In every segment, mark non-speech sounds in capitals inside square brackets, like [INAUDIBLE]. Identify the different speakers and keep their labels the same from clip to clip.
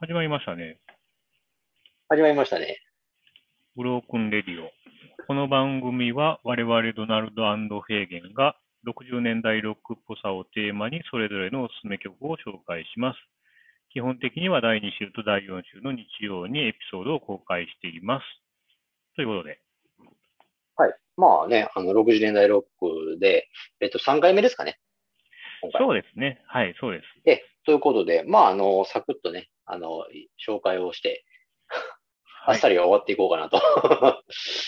Speaker 1: 始まりましたね。
Speaker 2: 始まりましたね。
Speaker 1: ブロークンレディオ。この番組は我々ドナルドヘーゲンが60年代ロックっぽさをテーマにそれぞれのおすすめ曲を紹介します。基本的には第2週と第4週の日曜にエピソードを公開しています。ということで、
Speaker 2: まあね、あの、60年代ロックで、えっと、3回目ですかね。今回。
Speaker 1: そうですね。はい、そうです。
Speaker 2: ええということで、まあ、あの、サクッとね、あの、紹介をして、あ
Speaker 1: は
Speaker 2: っ
Speaker 1: い
Speaker 2: さり終わっていこうかなと。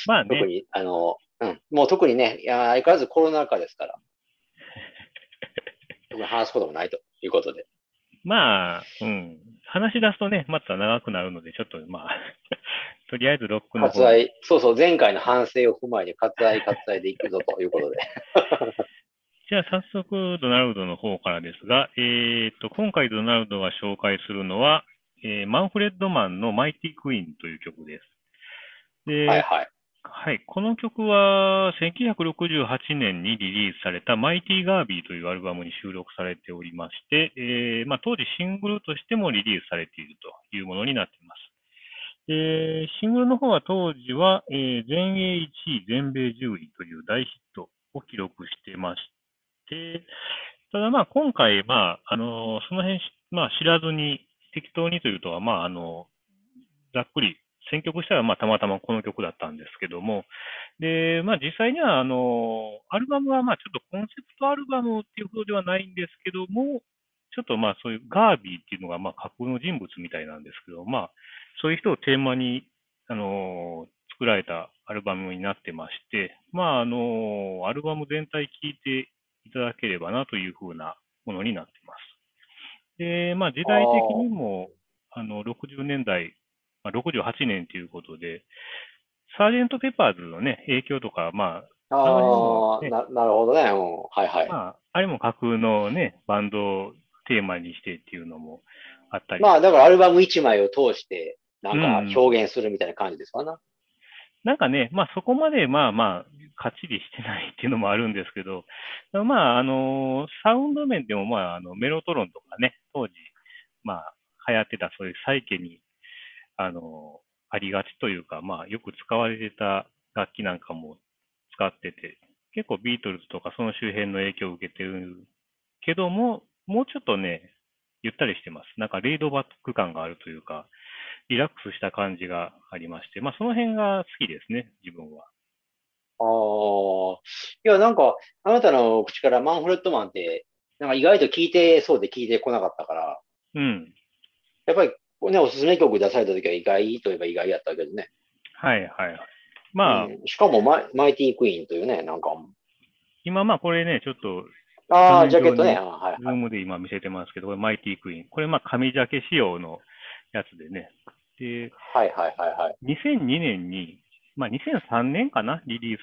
Speaker 1: まあ
Speaker 2: 特
Speaker 1: ね、
Speaker 2: に、あの、うん、もう特にね、いや相変わらずコロナ禍ですから、
Speaker 1: [LAUGHS]
Speaker 2: 特に話すこともないということで。
Speaker 1: まあ、うん。話し出すとね、また長くなるので、ちょっとまあ、 [LAUGHS] とりあえずロックの
Speaker 2: 割
Speaker 1: 方
Speaker 2: 愛、そうそう、前回の反省を踏まえて、割愛、割愛でいくぞとい
Speaker 1: [LAUGHS]
Speaker 2: うことで。
Speaker 1: じゃあ早速、ドナルドの方からですが、えー、と今回ドナルドが紹介するのは、えーマンフレッドマンの「マイティ・クイーン」という曲です。で、
Speaker 2: はいはい。
Speaker 1: はい、この曲は1968年にリリースされた「マイティ・ガービー」というアルバムに収録されておりまして、えーまあ、当時シングルとしてもリリースされているというものになっています。でシングルの方は当時は、えー全英1位、全米10位という大ヒットを記録してまして、ただまあ今回、まああのその辺し、まあ、知らずに適当にというとは、まああのざっくり選曲したら、まあ、たまたまこの曲だったんですけども、で、まあ、実際には、あの、アルバムは、まあ、ちょっとコンセプトアルバムっていうほどではないんですけども、ちょっとまあ、そういうガービーっていうのが、まあ、架空の人物みたいなんですけど、まあ、そういう人をテーマに、あの、作られたアルバムになってまして、まあ、あの、アルバム全体聴いていただければなというふうなものになってます。で、まあ、時代的にも、あの、60年代、まあ、68年ということで、サージェント・ペパーズのね、影響とか、ま
Speaker 2: あ
Speaker 1: あ
Speaker 2: あ、
Speaker 1: れ
Speaker 2: ななるほどね。うん、はいは
Speaker 1: あ、
Speaker 2: い。
Speaker 1: まあ、あれも架空のね、バンドをテーマにしてっていうのもあったり、
Speaker 2: まあ、だからアルバム1枚を通して、なん
Speaker 1: うん
Speaker 2: か表現するみたいな感じですかな。
Speaker 1: なんかね、まあそこまでまあまあ、かっちりしてないっていうのもあるんですけど、まあ、あの、サウンド面でもまあ、あの、メロトロンとかね、当時、まあ、流行ってたそういう再起に、あの、ありがちというか、まあ、よく使われてた楽器なんかも使ってて、結構ビートルズとかその周辺の影響を受けてるけども、もうちょっとね、ゆったりしてます。なんかレイドバック感があるというか、リラックスした感じがありまして、まあその辺が好きですね、自分は。
Speaker 2: ああ、いや、なんか、あなたの口からマンフレットマンって、なんか意外と聞いてそうで聞いてこなかったから、
Speaker 1: うん。
Speaker 2: やっぱり、こうね、おすすめ曲出された時は意外といえば意外やったけどね。
Speaker 1: はいはいはい。まあ、
Speaker 2: うんしかもマイ、マイティクイーンというね、なんか、
Speaker 1: 今まあこれね、ちょっと
Speaker 2: あ
Speaker 1: 画
Speaker 2: あ、
Speaker 1: 面
Speaker 2: ジャケットね。
Speaker 1: 上
Speaker 2: あーはい
Speaker 1: ズームで今見せてますけど、これマイティクイーン。これまあ紙ジャケ仕様のやつでね。で、
Speaker 2: はいはいはいはい。
Speaker 1: 2002年に、まあ2003年かな、リリー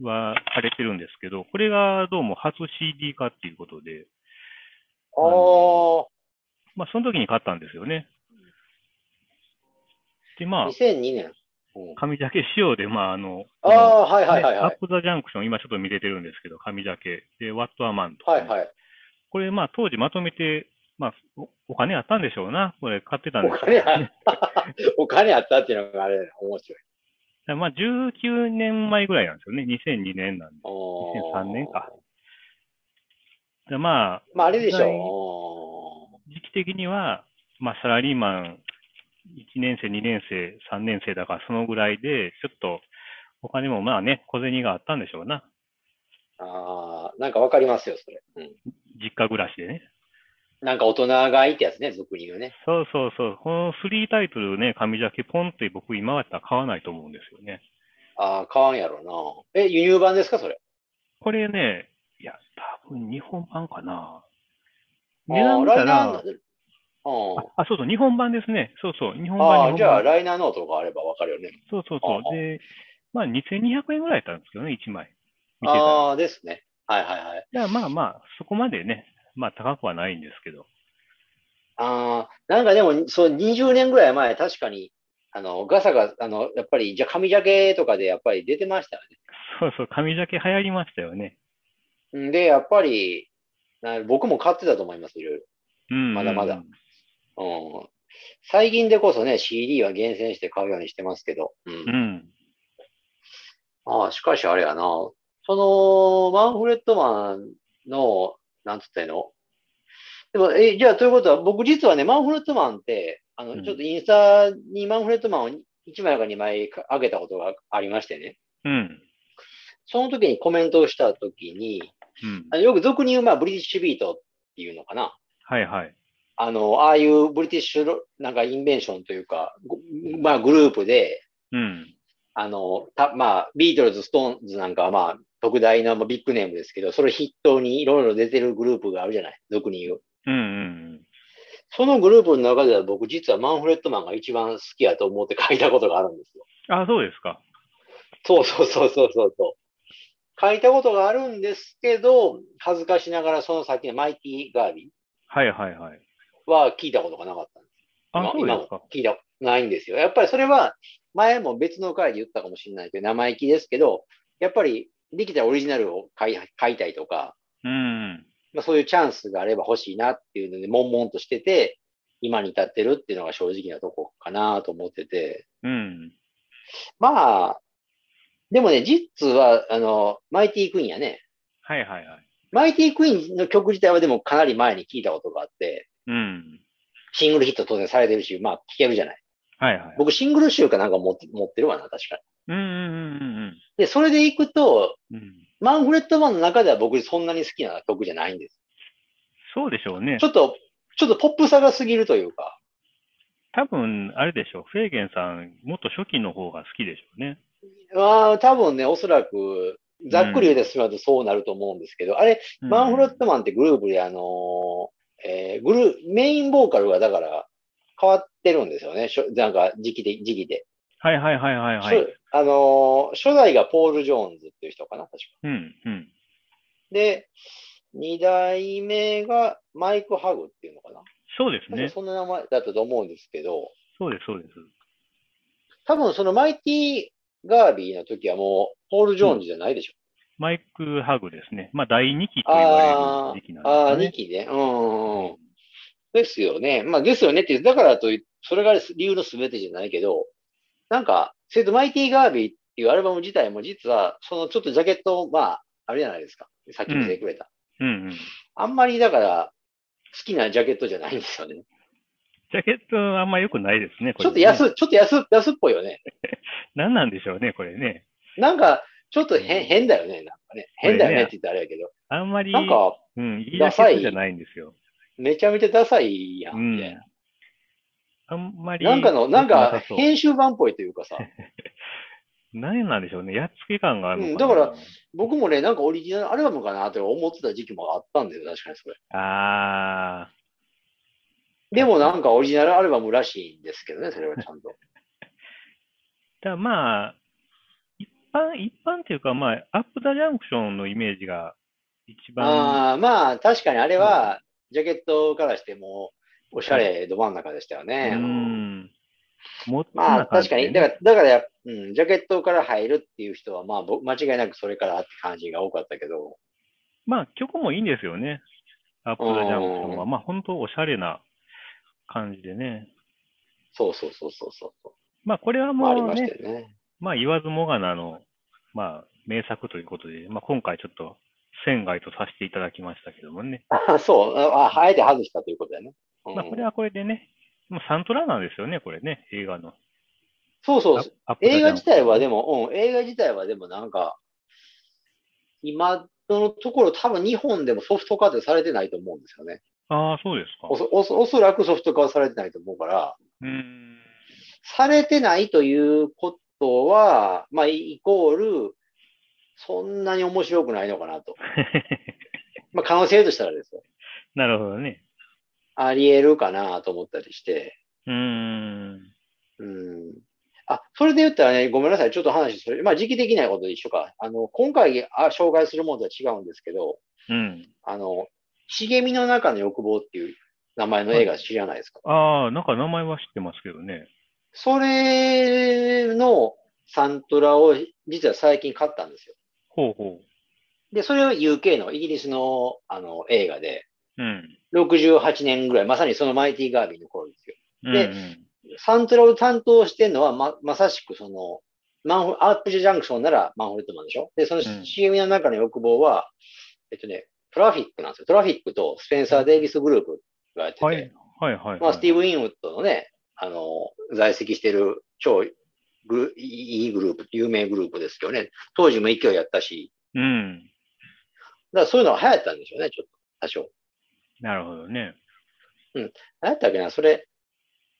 Speaker 1: スはされてるんですけど、これがどうも初 CD 化っていうことで、
Speaker 2: あー
Speaker 1: まあその時に買ったんですよね。で、まあ、
Speaker 2: 2002年。うん
Speaker 1: 紙ジャケ仕様で、まああの、
Speaker 2: ああ、はいはいはい
Speaker 1: ア
Speaker 2: は
Speaker 1: ッ
Speaker 2: い。
Speaker 1: プザジャンクション、今ちょっと見れてるんですけど、紙だけ。で、ワットアマンとかね、
Speaker 2: はいはい。
Speaker 1: これ、まあ当時まとめて、まあお、お金あったんでしょうな。これ買ってたん
Speaker 2: お
Speaker 1: です [LAUGHS]
Speaker 2: 金あった。 [LAUGHS] お金あったっていうのがあれ、面白い。
Speaker 1: けど、まあ19年前ぐらいなんですよね。2002年なんで。
Speaker 2: あ
Speaker 1: 2003
Speaker 2: ー
Speaker 1: 年か。でまあ、
Speaker 2: まあ、あれでし
Speaker 1: 時代
Speaker 2: ょう。
Speaker 1: 時期的には、まあサラリーマン1年生、2年生、3年生だからそのぐらいで、ちょっとお金もまあね、小銭があったんでしょうな。
Speaker 2: ああ、なんかわかりますよ、それ。うん。
Speaker 1: 実家暮らしでね。
Speaker 2: なんか大人がいいってやつね、俗に言うね。
Speaker 1: そうそうそう。この3タイトルね、紙ジャケポンって僕今だったら買わないと思うんですよね。
Speaker 2: ああ、買わんやろな。え、輸入版ですか、それ。
Speaker 1: これね、いや、多分日本版かな。
Speaker 2: あ
Speaker 1: 値段
Speaker 2: ー
Speaker 1: 見た
Speaker 2: ライナ
Speaker 1: ら、
Speaker 2: ーな
Speaker 1: あ
Speaker 2: んだうん。
Speaker 1: そうそう、日本版ですね。そうそう、日本
Speaker 2: あ
Speaker 1: 版、
Speaker 2: あー、
Speaker 1: 日
Speaker 2: じゃあ、
Speaker 1: 本版。
Speaker 2: ライナーノートがあればわかるよね。
Speaker 1: そうそうそ
Speaker 2: あ
Speaker 1: う。で、まあ、2200円ぐらいだったんですけどね、1枚。見てたら。
Speaker 2: ああ、ですね。はいはいはい。
Speaker 1: じゃあまあまあ、そこまでね、まあ高くはないんですけど。
Speaker 2: ああ、なんかでも、そう、20年ぐらい前、確かに、あの、ガサが、あの、やっぱり、じゃ、紙ジャケとかで、やっぱり出てましたよね。
Speaker 1: そうそう、紙ジャケ流行りましたよね。
Speaker 2: うんで、やっぱり、な僕も買ってたと思います、いろいろ。
Speaker 1: うん、
Speaker 2: まだまだ。うん。最近でこそね、CD は厳選して買うようにしてますけど。うん
Speaker 1: うん。
Speaker 2: ああ、しかしあれやな。その、マンフレッドマンの、なんつったらいいのでも、え、じゃあ、ということは、僕実はね、マンフレッドマンって、あ
Speaker 1: う
Speaker 2: の、
Speaker 1: ん
Speaker 2: ちょっとインスタにマンフレッドマンを1枚か2枚か上げたことがありましてね。
Speaker 1: うん。
Speaker 2: その時にコメントをした時に、
Speaker 1: うん。
Speaker 2: あのよく俗に言う、まあ、ブリティッシュビートっていうのかな。
Speaker 1: はいはい。
Speaker 2: あの、ああいうブリティッシュロ、なんかインベンションというか、ごまあ、グループで、
Speaker 1: うん。
Speaker 2: あの、た、まあ、ビートルズ、ストーンズなんかはまあ、特大なまあビッグネームですけど、それを筆頭にいろいろ出てるグループがあるじゃない、俗に言う。
Speaker 1: うんうん
Speaker 2: そのグループの中では僕実はマンフレッドマンが一番好きやと思って書いたことがあるんですよ。
Speaker 1: うん。あ、そうですか。
Speaker 2: そうそうそうそうそうそう。書いたことがあるんですけど、恥ずかしながらその先のマイティ・ガービ
Speaker 1: はいはいはい。
Speaker 2: ーは聞いたことがなかったんです。
Speaker 1: あそ
Speaker 2: 今、
Speaker 1: うですか。
Speaker 2: 聞いたことないんですよ。やっぱりそれは、前も別の回で言ったかもしれないけど、生意気ですけど、やっぱりできたオリジナルを買い買いたいとか、
Speaker 1: うん。
Speaker 2: まあ、そういうチャンスがあれば欲しいなっていうので、悶々としてて、今に至ってるっていうのが正直なとこかなと思ってて。
Speaker 1: うん。
Speaker 2: まあ、でもね、実は、あの、マイティクイーンやね。
Speaker 1: はいはいはい。
Speaker 2: マイティクイーンの曲自体はでもかなり前に聞いたことがあって、
Speaker 1: うん。
Speaker 2: シングルヒット当然されてるし、まあ聞けるじゃない。
Speaker 1: はいはい。
Speaker 2: 僕シングル集かなんか持って持ってるわな、確かに。
Speaker 1: うんうんうん
Speaker 2: で、それで行くと、
Speaker 1: うんうん。
Speaker 2: マンフレッドマンの中では僕そんなに好きな曲じゃないんです。
Speaker 1: そうでしょうね
Speaker 2: ち。ょっと、ちょっとポップさが過ぎるというか、
Speaker 1: 多分、あれでしょう。フェーゲンさん、もっと初期の方が好きでしょうね。
Speaker 2: まあ、多分ね、おそらく、ざっくり言うてしまうとそうなると思うんですけど、あれ、
Speaker 1: うん
Speaker 2: マンフレッドマンってグループで、あのーえーグルーメインボーカルがだから変わってるんですよね、しょなんか時期で、時期で。
Speaker 1: はいはいはいはいはい。
Speaker 2: しょあのー初代がポール・ジョーンズっていう人かな、確か。
Speaker 1: うんうん。
Speaker 2: で、二代目がマイク・ハグっていうのかな。
Speaker 1: そうです
Speaker 2: なんか
Speaker 1: ね。
Speaker 2: そんな名前だったと思うんですけど、
Speaker 1: そうですそうです。
Speaker 2: 多分そのマイティ・ガービーの時はもう、ポール・ジョーンズじゃないでしょ。
Speaker 1: マイク・ハグですね。まあ、第2期と言われる時期なん
Speaker 2: あ
Speaker 1: ですか
Speaker 2: あ、2
Speaker 1: ね。
Speaker 2: 期ね。うんうんうん。ですよね。まあ、ですよねって、だからといそれが理由の全てじゃないけど、なんか、生徒マイティ・ガービーっていうアルバム自体も実は、そのちょっとジャケットを、まあ、あれじゃないですか。さっき見せてくれた。
Speaker 1: うんうん。ジ
Speaker 2: あんまりだから、好きなジャケットじゃないんですよね。
Speaker 1: ャケットあんま良くないですね、これ、ね。
Speaker 2: ちょっと安、ちょっと安、安っぽいよね。
Speaker 1: 何なんでしょうね、これね。
Speaker 2: なんか、ちょっと変、変だよね。なんかね。変だよねって言ったらあれやけど。
Speaker 1: あんまり、
Speaker 2: なんか、
Speaker 1: うん、いい
Speaker 2: ダ
Speaker 1: ジャケ
Speaker 2: サい
Speaker 1: ットじゃないんですよ。
Speaker 2: めちゃめちゃダサいや
Speaker 1: うん
Speaker 2: みたい
Speaker 1: ん。あんまり、
Speaker 2: な。なんかの、なん
Speaker 1: 良く
Speaker 2: か
Speaker 1: さ、そう
Speaker 2: 編集版っぽいというかさ。
Speaker 1: 何なんでしょうね。やっつけ感があるのかな。
Speaker 2: うんだ僕もね、なんかオリジナルアルバムかなって思ってた時期もあったんだよ、確かにそれ。
Speaker 1: ら、あ
Speaker 2: でもなんかオリジナルアルバムらしいんですけどね、それはちゃんと。
Speaker 1: ー。だまあ、一般、一般っていうか、まあ、アップダジャンクションのイメージが一番、
Speaker 2: ああまあ、確かにあれは、ジャケットからしても、おしゃれど真ん中でしたよ
Speaker 1: う
Speaker 2: ね。
Speaker 1: ん。もっと
Speaker 2: まあ、確かに、だ
Speaker 1: ね、
Speaker 2: から、だからや、うん、ジャケットから入るっていう人は、まあ、僕間違いなくそれからって感じが多かったけど、
Speaker 1: まあ、曲もいいんですよね。アップダジャンクションは。まあ、本当おしゃれな感じでね。
Speaker 2: そうそうそうそうそう。
Speaker 1: まあ、これは
Speaker 2: まあ、あり
Speaker 1: もう
Speaker 2: まし
Speaker 1: ね
Speaker 2: た、よね。
Speaker 1: まあ、言わずもがなの、まあ、名作ということで、まあ、今回ちょっと、仙外とさせていただきましたけどもね。
Speaker 2: あそうあ、あえて外したということだよね。うん
Speaker 1: まあ、これはこれでね、まあ、サントラなんですよね、これね、映画の。
Speaker 2: そうそう、
Speaker 1: アップダジャ
Speaker 2: 映
Speaker 1: ン
Speaker 2: 画自体はでも、うん、映画自体はでもなんか、今のところ多分日本でもソフト化ってされてないと思うんですよね。
Speaker 1: ああ、そうですか。
Speaker 2: おそおそおそらくソフト化はされてないと思うから、
Speaker 1: うーん。 [LAUGHS]
Speaker 2: されてないということは、まあ、イコール、そんなに面白くないのかなと。まあ、可能性としたらですよ。
Speaker 1: なるほどね。
Speaker 2: あり得るかなと思ったりして。
Speaker 1: うーん。
Speaker 2: うんあ、それで言ったらね、ごめんなさい、ちょっと話それ、まあ時期的なことで一緒か。あの、今回あ紹介するものとは違うんですけど、
Speaker 1: うん。
Speaker 2: あの、茂みの中の欲望っていう名前の映画知らないですか。
Speaker 1: ああ、なんか名前は知ってますけどね。
Speaker 2: それのサントラを実は最近買ったんですよ。
Speaker 1: ほうほ
Speaker 2: で、それは UK のイギリスのあの映画で、
Speaker 1: う。うん。
Speaker 2: 68年ぐらい、まさにそのマイティガービーの頃ですよ。
Speaker 1: うん
Speaker 2: で
Speaker 1: うん
Speaker 2: サントラを担当してるのはま、まさしくその、マンホアープジャンクションならマンホールトマンでしょで、その
Speaker 1: うん
Speaker 2: CM の中の欲望は、えっとね、トラフィックなんですよ。トラフィックとスペンサー・デイビスグループがやってて、
Speaker 1: はい、はい、はい。
Speaker 2: まあ、スティー
Speaker 1: ブ。
Speaker 2: ブ・インウッドのね、あの、在籍してる超グいいグループ、有名グループですけどね、当時も勢いやったし、
Speaker 1: うん。
Speaker 2: だからそういうのが流行ったんでしょうね、ちょっと、多少。
Speaker 1: なるほどね。
Speaker 2: 何やったっけな、それ、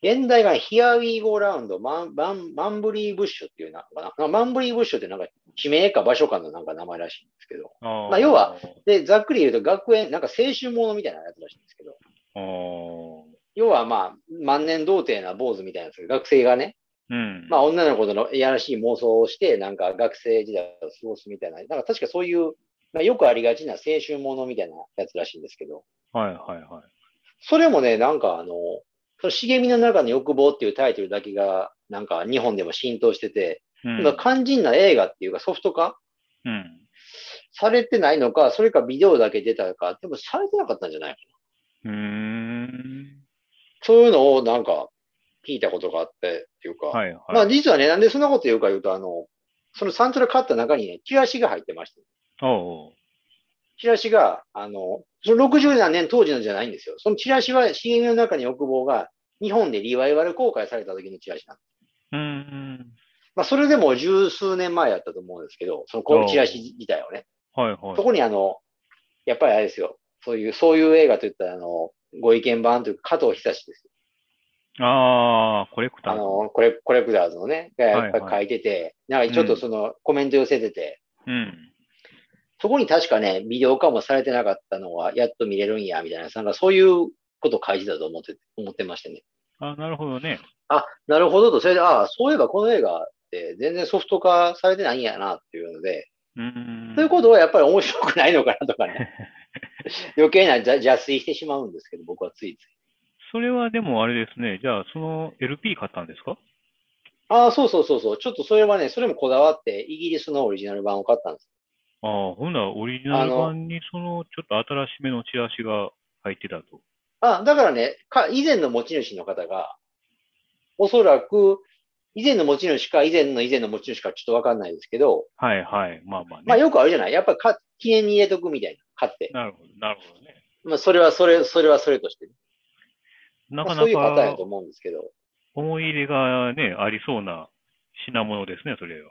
Speaker 2: 現代版 Here We Go Round マンマンマンブリー・ブッシュっていうなのかな。マンブリー・ブッシュってなんか地名か場所かのなんか名前らしいんですけど。
Speaker 1: あー
Speaker 2: まあ要は、で、ざっくり言うと学園、なんか青春ものみたいなやつらしいんですけど。
Speaker 1: あー
Speaker 2: 要はまあ、万年童貞な坊主みたいなやつ、学生がね、
Speaker 1: うん。
Speaker 2: まあ
Speaker 1: あ、
Speaker 2: 女の子とのいやらしい妄想をして、なんか学生時代を過ごすみたいな、なんか確かそういう、まあ、よくありがちな青春ものみたいなやつらしいんですけど。
Speaker 1: はい、はい、はい。
Speaker 2: それもね、なんかあの、その茂みの中の欲望っていうタイトルだけが、なんか日本でも浸透してて、
Speaker 1: うん
Speaker 2: 今肝心な映画っていうかソフト化
Speaker 1: うん。
Speaker 2: されてないのか、それかビデオだけ出たか、でもされてなかったんじゃないう
Speaker 1: ーん。
Speaker 2: そういうのをなんか聞いたことがあってっていうか、
Speaker 1: はい、はい。
Speaker 2: まあ実はね、なんでそんなこと言うか言うと、あの、そのサントラ買った中にね、チラシが入ってました。
Speaker 1: おうおう
Speaker 2: チラシが、あの、その60何年当時のじゃないんですよ。そのチラシは CM の中に欲望が日本でリバイバル公開された時のチラシなんです
Speaker 1: うーん。
Speaker 2: まあ、それでも十数年前やったと思うんですけど、そのこ
Speaker 1: お
Speaker 2: の
Speaker 1: う
Speaker 2: チラシ自体をね。
Speaker 1: はい、はい
Speaker 2: そ。こにあの、やっぱりあれですよ。そういう、そういう映画といったら、あの、ご意見版というか、加藤久志ですよ。
Speaker 1: ああ、コレクター。
Speaker 2: あの、コレ、コレクターズのね、がやっぱり
Speaker 1: はい
Speaker 2: 書
Speaker 1: はい
Speaker 2: てて、なんかちょっとその、コメント寄せてて、
Speaker 1: うん。
Speaker 2: そこに確かね、ビデオ化もされてなかったのは、やっと見れるんや、みたいな、なんかそういうことを書いてたと思って、思ってましてね。
Speaker 1: あなるほどね。
Speaker 2: あ、なるほどと、それで、ああ、そういえばこの映画って全然ソフト化されてないんやな、っていうので、
Speaker 1: うーん。
Speaker 2: ということはやっぱり面白くないのかなとか
Speaker 1: [LAUGHS]
Speaker 2: ね。余計なじゃ邪推してしまうんですけど、僕はついつい。
Speaker 1: それはでもあれですね。じゃあ、その LP 買ったんですか
Speaker 2: ああ、そうそうそうそう。ちょっとそれはね、それもこだわって、イギリスのオリジナル版を買ったんです。
Speaker 1: ああ、ほんならオリジナル
Speaker 2: あ
Speaker 1: 版にそのちょっと新しめのチラシが入ってたと。
Speaker 2: あだからねか、以前の持ち主の方が、おそらく、以前の持ち主か、以前の以前の持ち主かちょっとわかんないですけど、
Speaker 1: はいはい。まあまあね。
Speaker 2: まあよくあるじゃないやっぱりか記念に入れとくみたいな、買って。
Speaker 1: なるほど、なるほどね。
Speaker 2: まあそれはそれ、それはそれとしてね、
Speaker 1: な
Speaker 2: まあ
Speaker 1: か
Speaker 2: そ
Speaker 1: な
Speaker 2: ういうパターンや
Speaker 1: か
Speaker 2: と思うんですけど。
Speaker 1: 思い入れがね、ありそうな品物ですね、それは。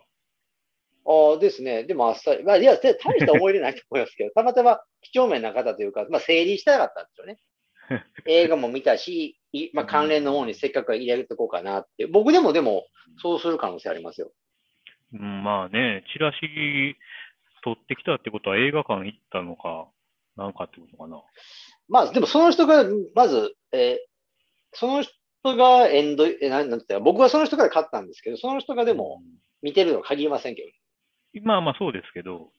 Speaker 2: ああですね。でもあっさり。まあ、いや、で大した思い入れないと思いますけど、た [LAUGHS] またま几帳面な方というか、まあ、整理したかったんです
Speaker 1: [LAUGHS]
Speaker 2: よね。映画も見たし、いまあ、関連の方にせっかく入れとこうかなって。僕でも、でも、そうする可能性ありますよ。
Speaker 1: うん、まあね、チラシ取ってきたってことは映画館行ったのか、なんかってことかな。
Speaker 2: まあ、でも、その人が、まず、えーその人がエンド、えー、なんなんて言ったら僕はその人から買ったんですけど、その人がでも見てるのは限りませんけ
Speaker 1: うん、まあまあそうですけど、
Speaker 2: ど。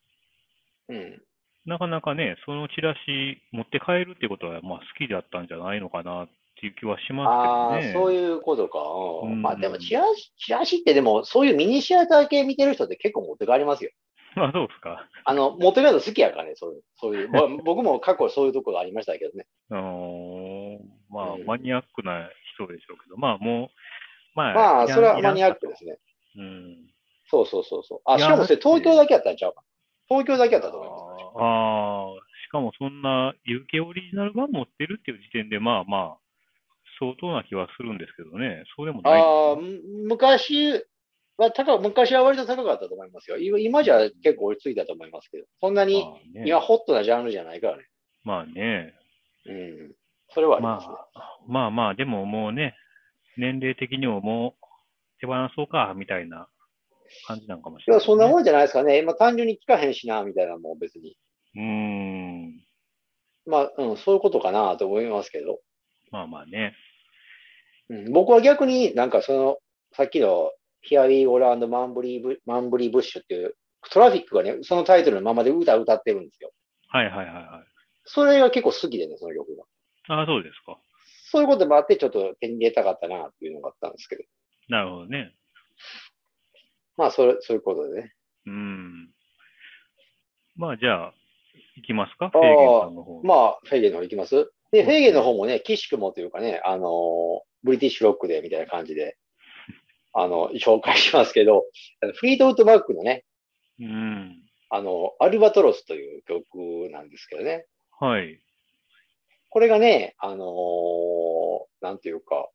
Speaker 2: うん。
Speaker 1: なかなかね、そのチラシ持って帰るってことは、まあ好きだったんじゃないのかなっていう気はし
Speaker 2: あ
Speaker 1: ま
Speaker 2: あ
Speaker 1: すけどね。
Speaker 2: ー、そういうことか。うん
Speaker 1: うん
Speaker 2: まあ、でも、チラシ、チラシってでも、そういうミニシアター系見てる人って結構持って帰りますよ。
Speaker 1: [LAUGHS] まあそうですか。
Speaker 2: あの、モテガード好きやからね、そういう、そ
Speaker 1: [LAUGHS]
Speaker 2: ういう、まあ僕も過去そういうところありましたけどね。
Speaker 1: あのーまあ、
Speaker 2: うん
Speaker 1: マニアックな人でしょうけど、まあもう、まあ、
Speaker 2: まあ、
Speaker 1: いらん
Speaker 2: それ
Speaker 1: い
Speaker 2: は
Speaker 1: ら
Speaker 2: マ
Speaker 1: ん
Speaker 2: ニアックですね。
Speaker 1: うん。
Speaker 2: そうそうそうそう。あ、
Speaker 1: い
Speaker 2: し
Speaker 1: や
Speaker 2: かもそれ
Speaker 1: だって
Speaker 2: 東京だけやったんちゃうか。東京だけやったと思います。
Speaker 1: ああ、しかもそんな UK オリジナル版持ってるっていう時点で、まあまあ、相当な気はするんですけどね。そうでもない。
Speaker 2: ああ、む昔は高く、昔は割と高かったと思いますよ。今今じゃ結構追いついたと思いますけど、そんなに
Speaker 1: まあね、
Speaker 2: 今ホットなジャンルじゃないからね。
Speaker 1: まあね。
Speaker 2: うん。それはありま
Speaker 1: ます
Speaker 2: ね。
Speaker 1: あ、まあまあ、でももうね、年齢的にももう手放そうか、みたいな感じなんかもし
Speaker 2: い
Speaker 1: れな
Speaker 2: や、
Speaker 1: い、
Speaker 2: そんなもんじゃないですかね。まあ、単純に聞かへんしな、みたいなもん別に。
Speaker 1: うーん。
Speaker 2: まあ、うん、そういうことかなと思いますけど。
Speaker 1: まあまあね。
Speaker 2: うん僕は逆になんかその、さっきのヒアリー・オランド・マンブリーブ・マンブリー・ブッシュっていう、トラフィックがね、そのタイトルのままで歌歌ってるんですよ。
Speaker 1: はいはいはいはい。
Speaker 2: それが結構好きでね、その曲が。
Speaker 1: ああ、そうですか。
Speaker 2: そういうこともあって、ちょっと手に入れたかったなっていうのがあったんですけど。
Speaker 1: なるほどね。
Speaker 2: まあ、それ、そういうことでね。
Speaker 1: うん。まあじゃあ、行きますか、
Speaker 2: あー
Speaker 1: フェーゲンさんの方。
Speaker 2: まあ、フェーゲンの方行きますで、フェーゲンの方もね、岸くもというかね、あのーブリティッシュロックでみたいな感じで、あの、紹介しますけど、あのフリードウッドバックのね、
Speaker 1: うん。
Speaker 2: あの、アルバトロスという曲なんですけどね。
Speaker 1: はい。
Speaker 2: これがね、あのーなんていうか、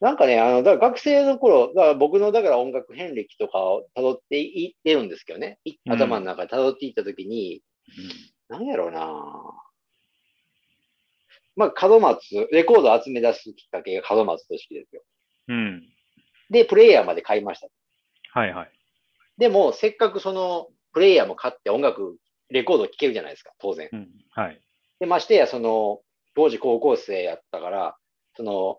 Speaker 2: なんかね、あの、だから学生の頃、だから僕の、だから音楽遍歴とかを辿っていってるんですけどね。い
Speaker 1: うん
Speaker 2: 頭の中で辿っていったときに、なんやろうなまあ、門松、レコードを集め出すきっかけが門松俊樹ですよ。
Speaker 1: うん。うん。
Speaker 2: で、プレイヤーまで買いました。
Speaker 1: はいはい。
Speaker 2: でも、せっかくその、プレイヤーも買って音楽、レコードを聴けるじゃないですか、当然。
Speaker 1: うん。はい。
Speaker 2: で、ましてや、その、当時高校生やったから、その、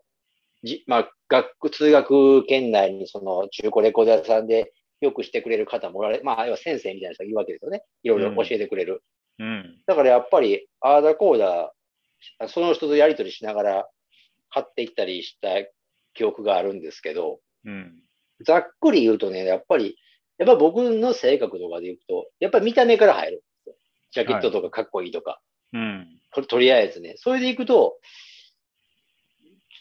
Speaker 2: じまあ、学区、通学圏内に、その、中古レコード屋さんで、よくしてくれる方もおられ、まあ、要は先生みたいな人がいるわけですよね。いろいろ教えてくれる。
Speaker 1: うん。
Speaker 2: だからやっぱり、ああだこうだ、その人とやりとりしながら、買っていったりした記憶があるんですけど、
Speaker 1: うん。
Speaker 2: ざっくり言うとね、やっぱり、やっぱ僕の性格とかで言うと、やっぱり見た目から入るんですよ。ジャケットとかかっこいいとか。
Speaker 1: うん。
Speaker 2: ととりあえずね。それで行くと、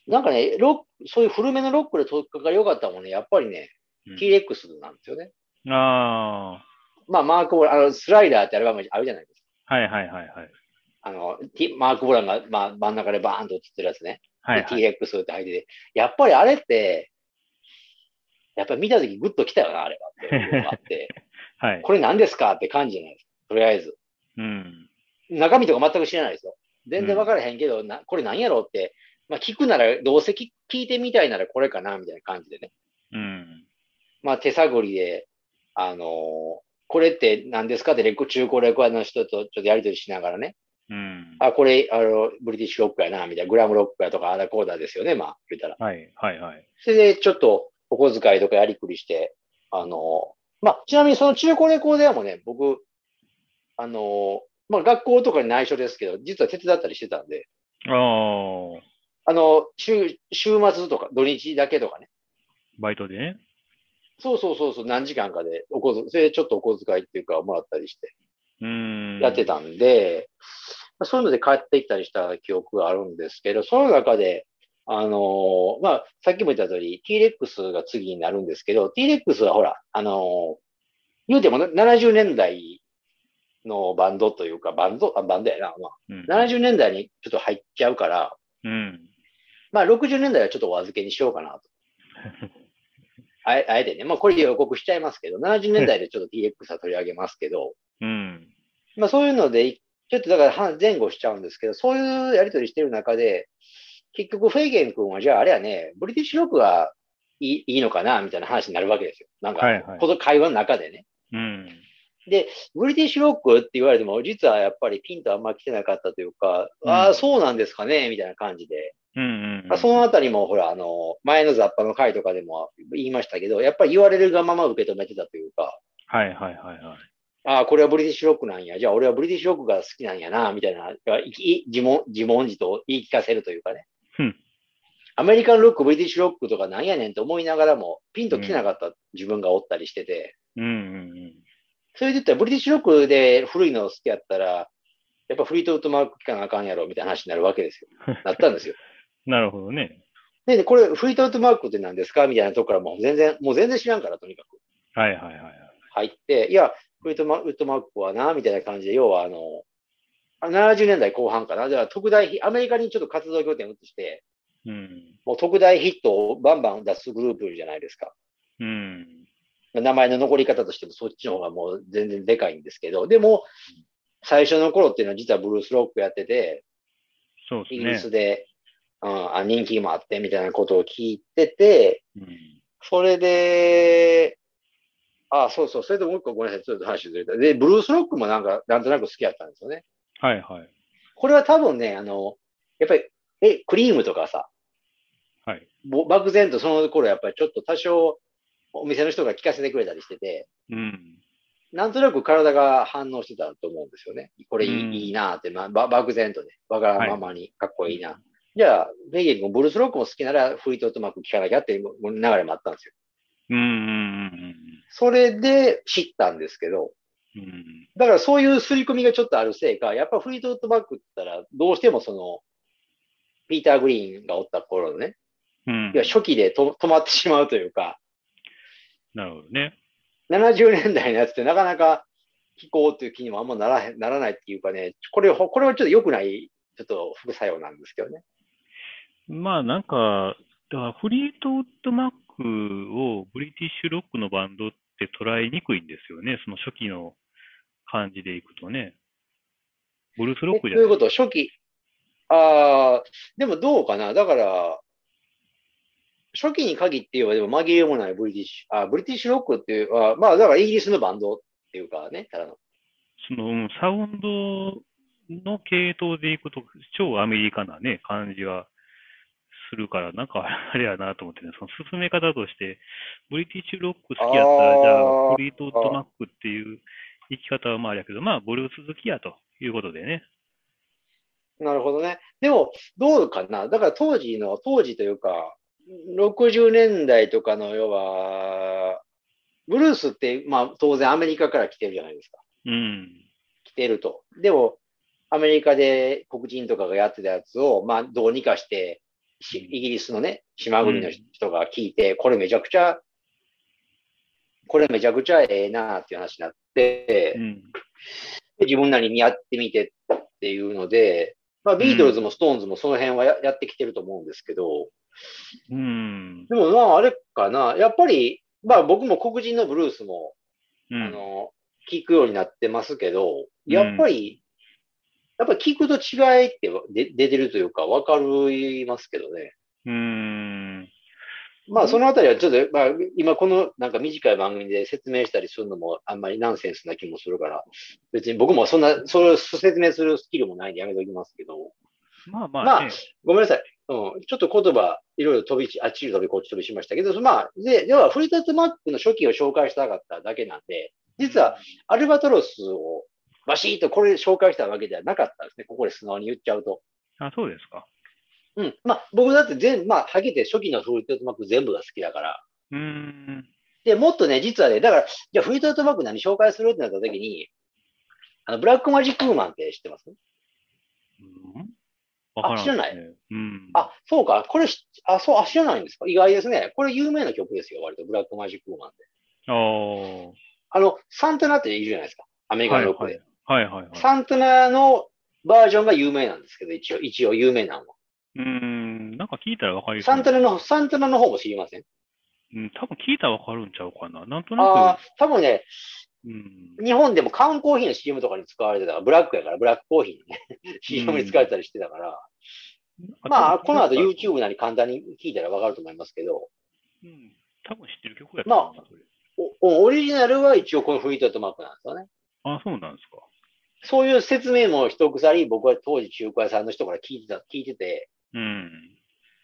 Speaker 2: なんかね、ロック、そういう古めのロックで取っかかり良かったもんね、やっぱりね、
Speaker 1: うん
Speaker 2: T-Rex なんですよね。
Speaker 1: あ
Speaker 2: まあ、マーク・ボラン、あの、スライダーってアルバムあるじゃないです
Speaker 1: あ。
Speaker 2: か。
Speaker 1: はいはいはいはい。
Speaker 2: あの、T- マーク・ボランが、まあ、真ん中でバーンと映ってるやつね。
Speaker 1: はい
Speaker 2: で
Speaker 1: はい
Speaker 2: T-Rex って入ってて、やっぱりあれって、やっぱり見たときグッと来たよな、あれはっていうのがあって、
Speaker 1: [LAUGHS] はい。
Speaker 2: これ何ですかって感じじゃないですか。とりあえず。
Speaker 1: うん。
Speaker 2: 中身とか全く知らないですよ。全然分からへんけど、なこれなんやろうって、まあ、聞くなら、どうせ聞聞いてみたいならこれかな、みたいな感じでね。
Speaker 1: うん。
Speaker 2: まあ、手探りで、あのーこれって何ですかってレコ、中古レコアの人とちょっとやりとりしながらね、
Speaker 1: うん。
Speaker 2: あ、これ、あの、ブリティッシュロックやな、みたいな、グラムロックやとか、アダコーダーですよね、まあ、言ったら。
Speaker 1: はいはいはい。
Speaker 2: それで、ちょっと、お小遣いとかやりくりして、あのーまあ、ちなみにその中古レコーダーもね、僕、あのーまあ、学校とかに内緒ですけど、実は手伝ったりしてたんで、
Speaker 1: ああ。
Speaker 2: あの、週、週末とか、土日だけとかね。
Speaker 1: バイトでね。
Speaker 2: そうそうそうそう、何時間かで、お小遣い、それでちょっとお小遣いっていうか、もらったりして、
Speaker 1: うん。
Speaker 2: やってたんで、まあそういうので帰ってきたりした記憶があるんですけど、その中で、あのーまあ、さっきも言った通り、T-Rex が次になるんですけど、T-Rex はほら、あのー言うてもな70年代のバンドというか、バンド、あバンドやな、ま
Speaker 1: うん。
Speaker 2: あ、70年代にちょっと入っちゃうから、
Speaker 1: うん。
Speaker 2: まあ、60年代はちょっとお預けにしよう
Speaker 1: [LAUGHS]
Speaker 2: かなと。あえあえてね、まあ、これ予告しちゃいますけど、70年代でちょっと DX は取り上げますけど、
Speaker 1: うん。
Speaker 2: まあ、そういうので、ちょっとだからは前後しちゃうんですけど、そういうやりとりしてる中で、結局、フェイゲン君は、じゃああれやね、ブリティッシュロックがいいいいのかな、みたいな話になるわけですよ。なんか、
Speaker 1: はいはい
Speaker 2: この会話の中でね。
Speaker 1: うん。
Speaker 2: ブリティッシュロックって言われても、実はやっぱりピンとあんま来てなかったというか、あ
Speaker 1: う
Speaker 2: あ、
Speaker 1: ん
Speaker 2: そうなんですかね、みたいな感じで。
Speaker 1: うん。うん
Speaker 2: あそのあたりも、ほら、あの、前の雑把の回とかでも言いましたけど、やっぱり言われるがまま受け止めてたというか、
Speaker 1: はいはいはいはい。
Speaker 2: ああ、これはブリティッシュロックなんや、じゃあ俺はブリティッシュロックが好きなんやな、みたいな、いい自問、自問自答言い聞かせるというかね
Speaker 1: うん。
Speaker 2: アメリカンロック、ブリティッシュロックとかなんやねんと思いながらも、ピンと来なかった自分がおったりしてて、
Speaker 1: うんうん
Speaker 2: それで言ったらブリティッシュロックで古いの好きやったら、やっぱフリートウッドマーク聞かなあかんやろ、みたいな話になるわけです
Speaker 1: [LAUGHS]
Speaker 2: よ。なったんですよ。
Speaker 1: うん。なるほどね。
Speaker 2: で、でこれ、フリートウッドマークって何ですかみたいなとこからもう全然、もう全然知らんから、とにかく。
Speaker 1: はいはいはいはい。
Speaker 2: 入って、いや、フリートマウッドマークはな、みたいな感じで、要はあの、あ70年代後半かな。だから特大ヒ、アメリカにちょっと活動拠点を移して、
Speaker 1: うん。
Speaker 2: もう特大ヒットをバンバン出すグループじゃないですか。
Speaker 1: うん。
Speaker 2: 名前の残り方としてもそっちの方がもう全然でかいんですけど、でも、最初の頃っていうのは実はブルースロックやってて、
Speaker 1: そう
Speaker 2: イギリ
Speaker 1: です
Speaker 2: ス
Speaker 1: ね。
Speaker 2: で、うん、あ人気もあってみたいなことを聞いてて、
Speaker 1: うん
Speaker 2: それで、あそうそう、それでもう一個ごめんなさい、ちょっと話ずれた。で、ブルースロックもなんか、なんとなく好きやったんですよね。
Speaker 1: はいはい。
Speaker 2: これは多分ね、あの、やっぱり、え、クリームとかさ、
Speaker 1: はい。
Speaker 2: ぼ漠然とその頃やっぱりちょっと多少、お店の人が聞かせてくれたりしてて、
Speaker 1: うん。
Speaker 2: なんとなく体が反応してたと思うんですよね。これいい,、
Speaker 1: うん
Speaker 2: いいなって、まあ、ば漠然とね、わがままにかっこいいな。じゃあ、ベイゲン君、ブルースロックも好きなら、フリートウッドマーク聞かなきゃっていう流れもあったんですよ。
Speaker 1: うんうん
Speaker 2: それで知ったんですけど、
Speaker 1: うんうん。うん。
Speaker 2: だからそういう刷り込みがちょっとあるせいか、やっぱフリートウッドバックって言ったら、どうしてもその、ピーター・グリーンがおった頃のね、
Speaker 1: うん
Speaker 2: いや初期でと止まってしまうというか、
Speaker 1: なるほどね。
Speaker 2: 70年代のやつってなかなか聞こうという気にもあんまならへんならないっていうかね、これ、ほこれはちょっと良くない、ちょっと副作用なんですけどね。
Speaker 1: まあなんか、だからフリートウッドマックをブリティッシュロックのバンドって捉えにくいんですよね。その初期の感じでいくとね。ブルースロッ
Speaker 2: え
Speaker 1: クじゃ
Speaker 2: とい
Speaker 1: な
Speaker 2: う
Speaker 1: い
Speaker 2: こと、初期、ああ、でもどうかな、だから、初期に限って言えば、でも紛れもないブリティッシュ、あブリティッシュロックっていう、あまあ、だからイギリスのバンドっていうかね、ただの。
Speaker 1: そのうんサウンドの系統でいくと、超アメリカなね、感じがするから、なんかあれやなと思ってね、 [LAUGHS] その進め方として、ブリティッシュロック好きやった
Speaker 2: あ
Speaker 1: ら、
Speaker 2: ー
Speaker 1: じゃあ、フリートウッドマックっていう生き方はまああれやけど、まあ、ブルース好きやということでね。
Speaker 2: なるほどね。でも、どうかな。だから当時の、当時というか、60年代とかの、要は、ブルースって、まあ当然アメリカから来てるじゃないですか。
Speaker 1: うん。
Speaker 2: 来てると。でも、アメリカで黒人とかがやってたやつを、まあどうにかして、しイギリスのね、島国の人が聞いて、これめちゃくちゃ、これめちゃくちゃええなっていう話になって、
Speaker 1: うん。
Speaker 2: で自分なりにやってみてっていうので、まあ、ビートルズもストーンズもその辺はや,、やってきてると思うんですけど、
Speaker 1: うん。
Speaker 2: でもまああれかな、やっぱり、まあ僕も黒人のブルースも、
Speaker 1: うん
Speaker 2: あの、聞くようになってますけど、やっぱり、やっぱり聞くと違いってで出てるというか、わかりますけどね。
Speaker 1: うん。
Speaker 2: まあそのあたりはちょっと、まあ今このなんか短い番組で説明したりするのもあんまりナンセンスな気もするから、別に僕もそんな、それを説明するスキルもないんでやめておきますけど、
Speaker 1: まあまあ、
Speaker 2: まあ
Speaker 1: ね、
Speaker 2: ごめんなさい。うん、ちょっと言葉、いろいろ飛びち、あっちり飛びこっち飛びしましたけど、まあ、で、要はフリータッツマックの初期を紹介したかっただけなんで、実はアルバトロスをバシッとこれ紹介したわけではなかったんですね。ここで素直に言っちゃうと。
Speaker 1: あ、そうですか。
Speaker 2: うん。まあ、僕だって全、まあ、はげて初期のフリータッツマック全部が好きだから。
Speaker 1: うん。
Speaker 2: で、もっとね、実はね、だから、じゃあフリータッツマック何紹介するってなった時に、あの、ブラックマジックウーマンって知ってます
Speaker 1: うんわからんですね
Speaker 2: あ知らない
Speaker 1: うん。
Speaker 2: あ、そうか。これし、あ、そう、あ、知らないんですか意外ですね。これ有名な曲ですよ、割と。ブラックマジックウーマンって
Speaker 1: あー。
Speaker 2: あの、サンタナっているじゃないですか。アメリカのロックで。
Speaker 1: はいはいはい。
Speaker 2: サンタナのバージョンが有名なんですけど、一応、一応有名なのは。
Speaker 1: うーん、なんか聞いたらわかりそ
Speaker 2: サ
Speaker 1: う
Speaker 2: ンタナの、サンタナの方も知りません。
Speaker 1: うん、多分聞いたらわかるんちゃうかな。なんと
Speaker 2: ああ
Speaker 1: な
Speaker 2: ー、多分ね、
Speaker 1: く、うん。
Speaker 2: 日本でも缶コーヒーの CM とかに使われてたから、ブラックやから、ブラックコーヒーのね、CM に使われたりしてたから、まあ、この後 YouTube なり簡単に聞いたらわかると思いますけど、
Speaker 1: うん、多分知ってる曲やったかな
Speaker 2: ま
Speaker 1: それ
Speaker 2: おおオリジナルは一応このフリートとマックなんですよね。
Speaker 1: あ、そうなんですか。
Speaker 2: そういう説明も一鎖、僕は当時中華屋さんの人から聞いてた、聞いてて、
Speaker 1: うん。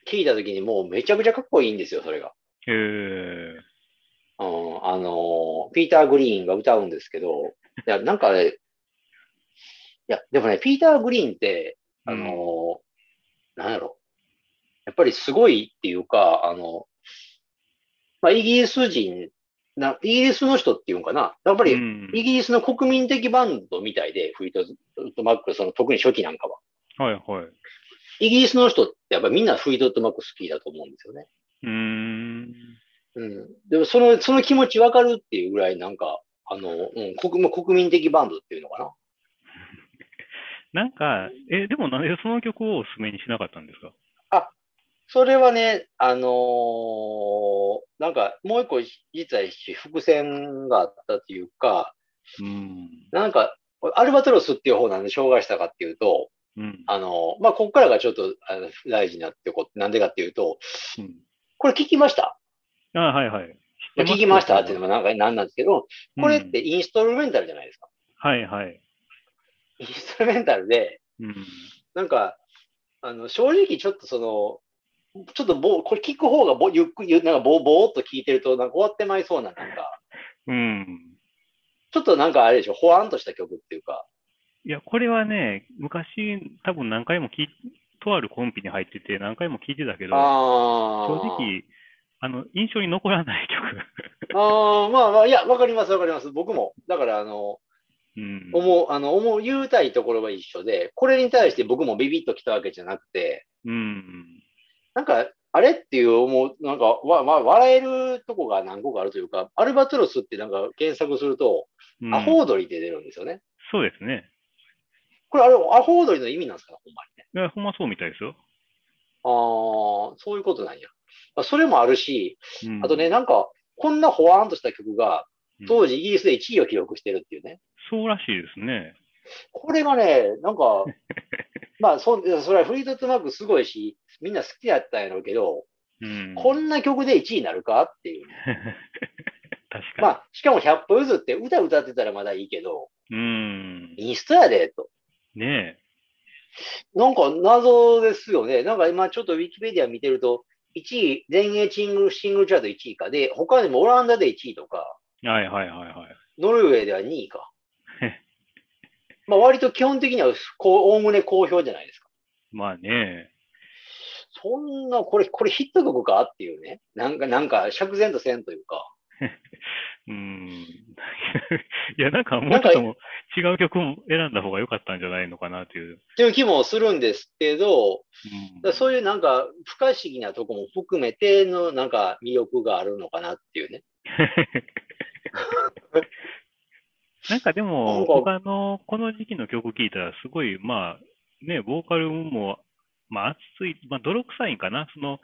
Speaker 2: 聞いた時にもうめちゃくちゃかっこいいんですよ、それが。
Speaker 1: へえ。
Speaker 2: うんあのー、ピーター・グリーンが歌うんですけど、いや、なんかね、いや、でもね、ピーター・グリーンって、あのー、なんやろ、やっぱりすごいっていうか、あの、まあ、イギリス人な、イギリスの人っていうんかな、やっぱ
Speaker 1: う
Speaker 2: り
Speaker 1: ん
Speaker 2: イギリスの国民的バンドみたいで、フリートウッドマック、その特に初期なんかは。
Speaker 1: はいはい。う
Speaker 2: イギリスの人ってやっぱりみんなフリートウッドマック好きだと思うんですよね。
Speaker 1: ーん。
Speaker 2: うん。でも、その、その気持ちわかるっていうぐらい、なんか、あの、うん、国もう国民的バンドっていうのかな。
Speaker 1: なんか、え、でもなんでその曲をおすすめにしなかったんですか
Speaker 2: それはね、あのーなんか、もう一個、実は一伏線があったというか、
Speaker 1: うん。
Speaker 2: なんか、アルバトロスっていう方なんで障害したかっていうと、
Speaker 1: うん。
Speaker 2: あのーまあ、ここからがちょっとあの大事になってこ、なんでかっていうと、
Speaker 1: うん
Speaker 2: これ聞きました
Speaker 1: あ、はいはい。知
Speaker 2: 聞きましたっていうのもなんか、なんなんですけど、これって
Speaker 1: うん
Speaker 2: インストルメンタルじゃないですか。
Speaker 1: はいはい。
Speaker 2: インストルメンタルで、
Speaker 1: うん。
Speaker 2: なんか、あの、正直ちょっとその、ちょっとぼー、これ聞く方がぼ、ゆっくり、なんかぼー、ぼーっと聞いてると、なんか終わってまいそうな、なんか、
Speaker 1: うん。
Speaker 2: ちょっとなんかあれでしょ、ほわんとした曲っていうか、
Speaker 1: いや、これはね、昔、多分何回も聞い、とあるコンビに入ってて、何回も聞いてたけど、
Speaker 2: あ
Speaker 1: 正直、あの、印象に残らない曲。 [LAUGHS]
Speaker 2: 直。あーまあまあ、いや、わかります、わかります。僕も。だから、あの、
Speaker 1: うん。
Speaker 2: 思う、あの、思う、言うたいところは一緒で、これに対して僕もビビッときたわけじゃなくて、
Speaker 1: うん。
Speaker 2: なんか、あれっていう思う、なんか、わ、まあ、笑えるとこが何個かあるというか、アルバトロスってなんか検索すると、
Speaker 1: うん
Speaker 2: アホ踊りって出るんですよね。
Speaker 1: そうですね。
Speaker 2: これ、あれ、アホ踊りの意味なんですかほんまにね。
Speaker 1: いや、ほんまそうみたいですよ。
Speaker 2: ああ、そういうことなんや。まあ、それもあるし、
Speaker 1: うん
Speaker 2: あとね、、なんか、こんなほわーんとした曲が、
Speaker 1: うん
Speaker 2: 当時イギリスで1位を記録してるっていうね。
Speaker 1: そうらしいですね。
Speaker 2: これがね、なん [LAUGHS] か、まあそ、それはフリートウッドマークすごいし、みんな好きだったんやろうけど、
Speaker 1: うん。
Speaker 2: こ
Speaker 1: [LAUGHS]
Speaker 2: んな曲で1位になるかっていう。
Speaker 1: 確かに。
Speaker 2: まあ、しかも100歩譲って歌歌ってたらまだいいけど、
Speaker 1: うん。
Speaker 2: インストやで、と。
Speaker 1: ね
Speaker 2: なんか謎ですよね。なんか今ちょっとウィキペディア見てると、1位、全英シングルシングルチャート1位か。で、他にもオランダで1位とか、
Speaker 1: え。はいはいはいはい。
Speaker 2: ノルウェーでは2位か。まあ割と基本的にはこう、おおむね好評じゃないですか。
Speaker 1: まあね
Speaker 2: そんな、これ、これヒット曲かっていうね。なんか、なんか、釈然とせんというか。
Speaker 1: うん。 [LAUGHS] いや、なんかもうちょっとも違う曲を選んだ方が良かったんじゃないのかなという。
Speaker 2: っていう気もするんですけ
Speaker 1: う
Speaker 2: ど、
Speaker 1: ん
Speaker 2: だからそういうなんか、不可思議なとこも含めての、なんか、魅力があるのかなっていうね。
Speaker 1: なんかで
Speaker 2: なん
Speaker 1: も、
Speaker 2: か
Speaker 1: 他の、この時期の曲聴いたら、すごい、まあ、ね、ボーカルも、まあ、熱い、まあ、泥臭いんかな。その、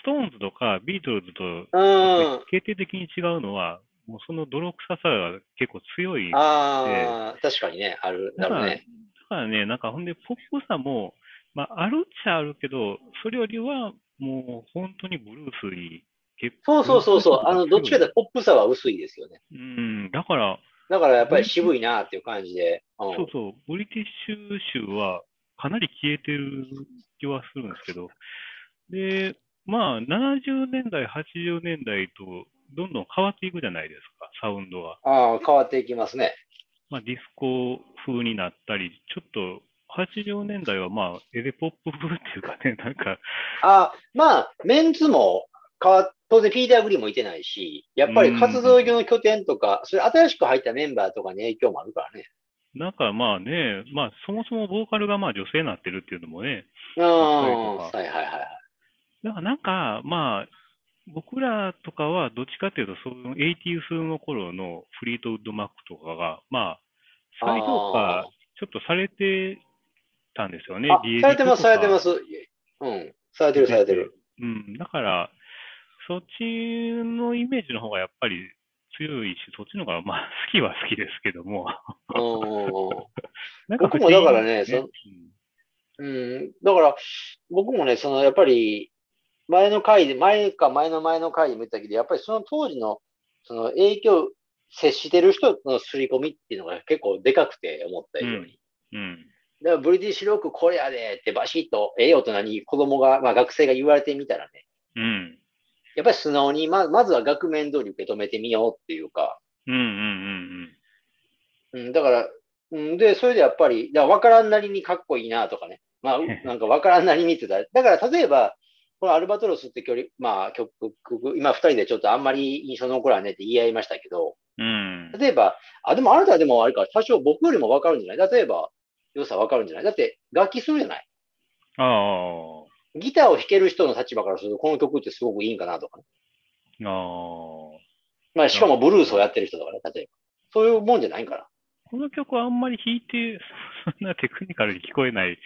Speaker 1: ストーンズとかビートルズと、
Speaker 2: うん。あ
Speaker 1: 決定的に違うのは、もうその泥臭さが結構強い。だ
Speaker 2: あー、確かにね、ある、な
Speaker 1: から、
Speaker 2: る
Speaker 1: だ
Speaker 2: ね。
Speaker 1: からね、なんかほんで、ポップさも、まあ、あるっちゃあるけど、それよりは、もう本当にブルースに結
Speaker 2: そうそうそうそう。あの、どっちかという
Speaker 1: と。
Speaker 2: とポップさは薄いですよね。
Speaker 1: うん、だから、
Speaker 2: だからやっぱり渋いなっていう感じで。うん
Speaker 1: そうそう、ブリティッシュ州はかなり消えてる気はするんですけど、で、まあ、70年代、80年代とどんどん変わっていくじゃないですか、サウンドが。
Speaker 2: ああ、変わっていきますね。
Speaker 1: まあ、ディスコ風になったり、ちょっと、80年代はまあ、エレポップ風っていうかね、なんか、
Speaker 2: あまあ、メンツも変わっ、当然ピーター・グリーンもいてないし、やっぱり活動の拠点とか、それ新しく入ったメンバーとかに影響もあるからね。
Speaker 1: なんかまあね、まあ、そもそもボーカルがまあ女性になってるっていうのもね、
Speaker 2: うん。
Speaker 1: やっ
Speaker 2: は
Speaker 1: ぱ
Speaker 2: いはいはい。
Speaker 1: だからなんか、まあ、僕らとかはどっちかというと、その 80s の頃のフリートウッドマックとかが、まあ、再評
Speaker 2: あ
Speaker 1: 価、ちょっとされてたんですよね
Speaker 2: あ、、
Speaker 1: DAD
Speaker 2: されてま
Speaker 1: と
Speaker 2: す、さ
Speaker 1: か
Speaker 2: れてます。うん。されてる、されてる。
Speaker 1: うん、だから、そっちのイメージの方がやっぱり強いし、そっちの方が、まあ、好きは好きですけども、
Speaker 2: [LAUGHS] うんうんうん。
Speaker 1: なんか
Speaker 2: 僕もだからね
Speaker 1: 不思議です
Speaker 2: うん、だから、僕もね、そのやっぱり、前の回で、前か前の前の回でも言ったけど、やっぱりその当時の、その影響、接してる人の刷り込みっていうのが結構でかくて、思ったように。
Speaker 1: うん、うん
Speaker 2: だから、ブリティッシュロックこれやでってバシッと、ええ大人に子供が、まあ学生が言われてみたらね、
Speaker 1: うん、
Speaker 2: やっぱり素直にま、まずは額面通り受け止めてみようっていうか、
Speaker 1: うん、うん、
Speaker 2: うん、だから、うん、で、それでやっぱり、だから分からんなりにかっこいいなとかね。まあ、うなんか分からんなりにって言ったら、だから例えば、このアルバトロスって距離、まあ、曲、曲今二人でちょっとあんまり印象残らんねって言い合いましたけど、
Speaker 1: うん、うん、
Speaker 2: 例えば、あ、でもあなたはでもあれか、多少僕よりも分かるんじゃない例えば、良さ分かるんじゃないだって、楽器するじゃない
Speaker 1: ああ。
Speaker 2: ギターを弾ける人の立場からすると、この曲ってすごくいいんかなとかね。
Speaker 1: ああ。
Speaker 2: まあ、しかもブルースをやってる人だから、例えば。そういうもんじゃないんかな。
Speaker 1: この曲はあんまり弾いて、そんなテクニカルに聞こえない、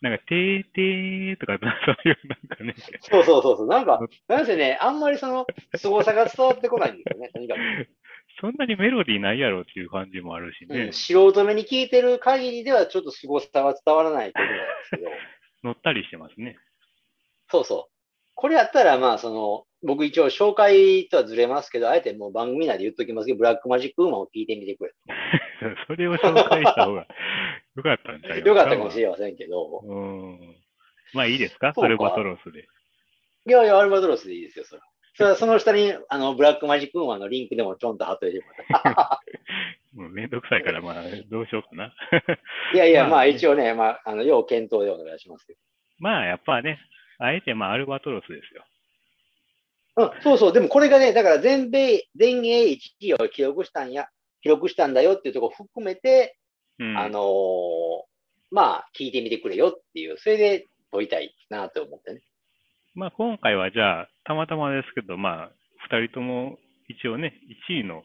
Speaker 1: なんか、てーてーとか、そういう、なんかね、
Speaker 2: そうそうそうそう。なんか、なんせね、あんまりその、凄さが伝わってこないんですよね、とにかく。
Speaker 1: そんなにメロディーないやろっていう感じもあるし
Speaker 2: う
Speaker 1: ね
Speaker 2: ん、、素人目に聞いてる限りでは、ちょっと凄さは伝わらないということなんですけど、
Speaker 1: 乗ったりしてますね。 [LAUGHS]
Speaker 2: そうそう。これやったら、まあ、その、僕一応紹介とはずれますけど、あえてもう番組内で言っときますけど、ブラックマジックウーマンを聞いてみてく
Speaker 1: それを紹介した方が [LAUGHS] よかったんじゃな
Speaker 2: れ。
Speaker 1: い
Speaker 2: よかったかもし
Speaker 1: ない。
Speaker 2: れませんけど、
Speaker 1: うん。まあいいですか
Speaker 2: そうか
Speaker 1: アルバトロスで。
Speaker 2: いやいや、アルバトロスでいいですよ、それは。それはその下に、あの、ブラックマジックウーマンのリンクでもちょんと貼っといてもらって。
Speaker 1: もうめんどくさいから、まあ、どうしようかな。
Speaker 2: いやいや、
Speaker 1: ま
Speaker 2: ま
Speaker 1: あ
Speaker 2: あ
Speaker 1: ね
Speaker 2: 一応ね、まあ、あの、要検討でお願いしますけど。
Speaker 1: まあ、やっぱね、あえて、まあ、アルバトロスですよ。
Speaker 2: うん、そうそう、でもこれがね、だから全米、全英1位を記録したんや、記録したんだよっていうところを含めて、
Speaker 1: うん。
Speaker 2: あのーまあ、聞いてみてくれよっていう、それで撮りたいなと思ってね。
Speaker 1: まあ、今回はじゃあ、たまたまですけど、まあ、2人とも一応ね、1位の、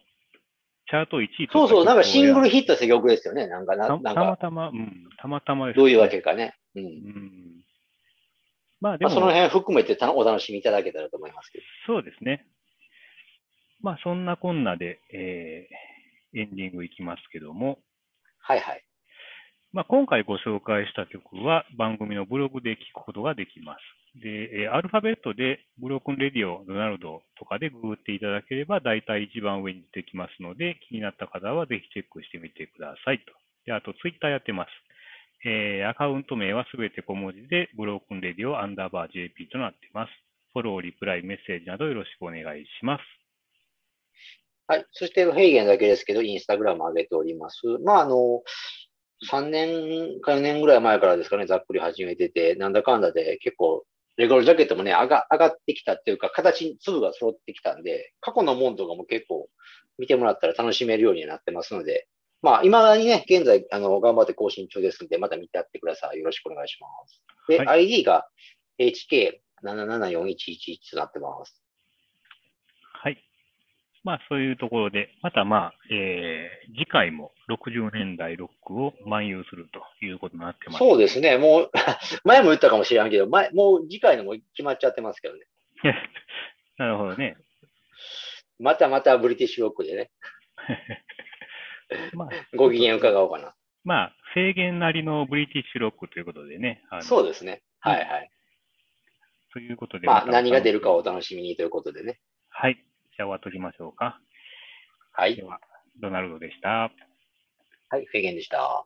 Speaker 1: チャート1位取った
Speaker 2: そうそう、なんかシングル
Speaker 1: 曲
Speaker 2: ヒットした曲ですよね。なんかな、
Speaker 1: をや
Speaker 2: なん
Speaker 1: たたま
Speaker 2: か、
Speaker 1: たま、うん、たまたまです、
Speaker 2: どういうわけかね。う。
Speaker 1: うんん。まあ、で
Speaker 2: まあ、
Speaker 1: も、
Speaker 2: その辺含めてたお楽しみいただけたらと思いますけど。
Speaker 1: そうですね。まあ、そんなこんなで、えーエンディングいきますけども、
Speaker 2: はいはい。
Speaker 1: まあ、今回ご紹介した曲は番組のブログで聞くことができます。で、えーアルファベットでブロークンレディオ、ドナルドとかでググっていただければ、だいたい一番上に出てきますので、気になった方はぜひチェックしてみてくださいと。で、あとツイッターやってます。えーアカウント名はすべて小文字で、ブロークンレディオアンダーバー JP となってます。フォロー、リプライ、メッセージなどよろしくお願いします。
Speaker 2: はい。そして、ヘイゲンだけですけど、インスタグラム上げております。まあ、あの、3年か4年ぐらい前からですかね、ざっくり始めてて、なんだかんだで結構、レゴルジャケットもね、上が、上がってきたっていうか、形に粒が揃ってきたんで、過去のもんとかも結構見てもらったら楽しめるようになってますので、まあ、未だにね、現在、あの、頑張って更新中ですんで、また見てやってください。よろしくお願いします。で、
Speaker 1: は
Speaker 2: ID が HK774111 となってます。
Speaker 1: はい。まあ、そういうところで、またまあ、えー次回も60年代ロックを漫遊するということになってます。
Speaker 2: そうですね。もう、 [LAUGHS] 前も言ったかもしれんけど、前、もう次回のも決まっちゃってますけどね。
Speaker 1: なるほどね。
Speaker 2: またまたブリティッシュロックでね、
Speaker 1: まあ、
Speaker 2: ご機嫌伺おうかな。
Speaker 1: まあ、制限なりのブリティッシュロックということでね。あの
Speaker 2: そうですね。はいはい。
Speaker 1: ということで。
Speaker 2: まあ、
Speaker 1: た
Speaker 2: 何が出るかをお楽しみにということでね。
Speaker 1: はい。じゃあ、終わっときましょうか。
Speaker 2: は
Speaker 1: で
Speaker 2: い。
Speaker 1: は、ドナルドでした。
Speaker 2: はい、フェゲンでした。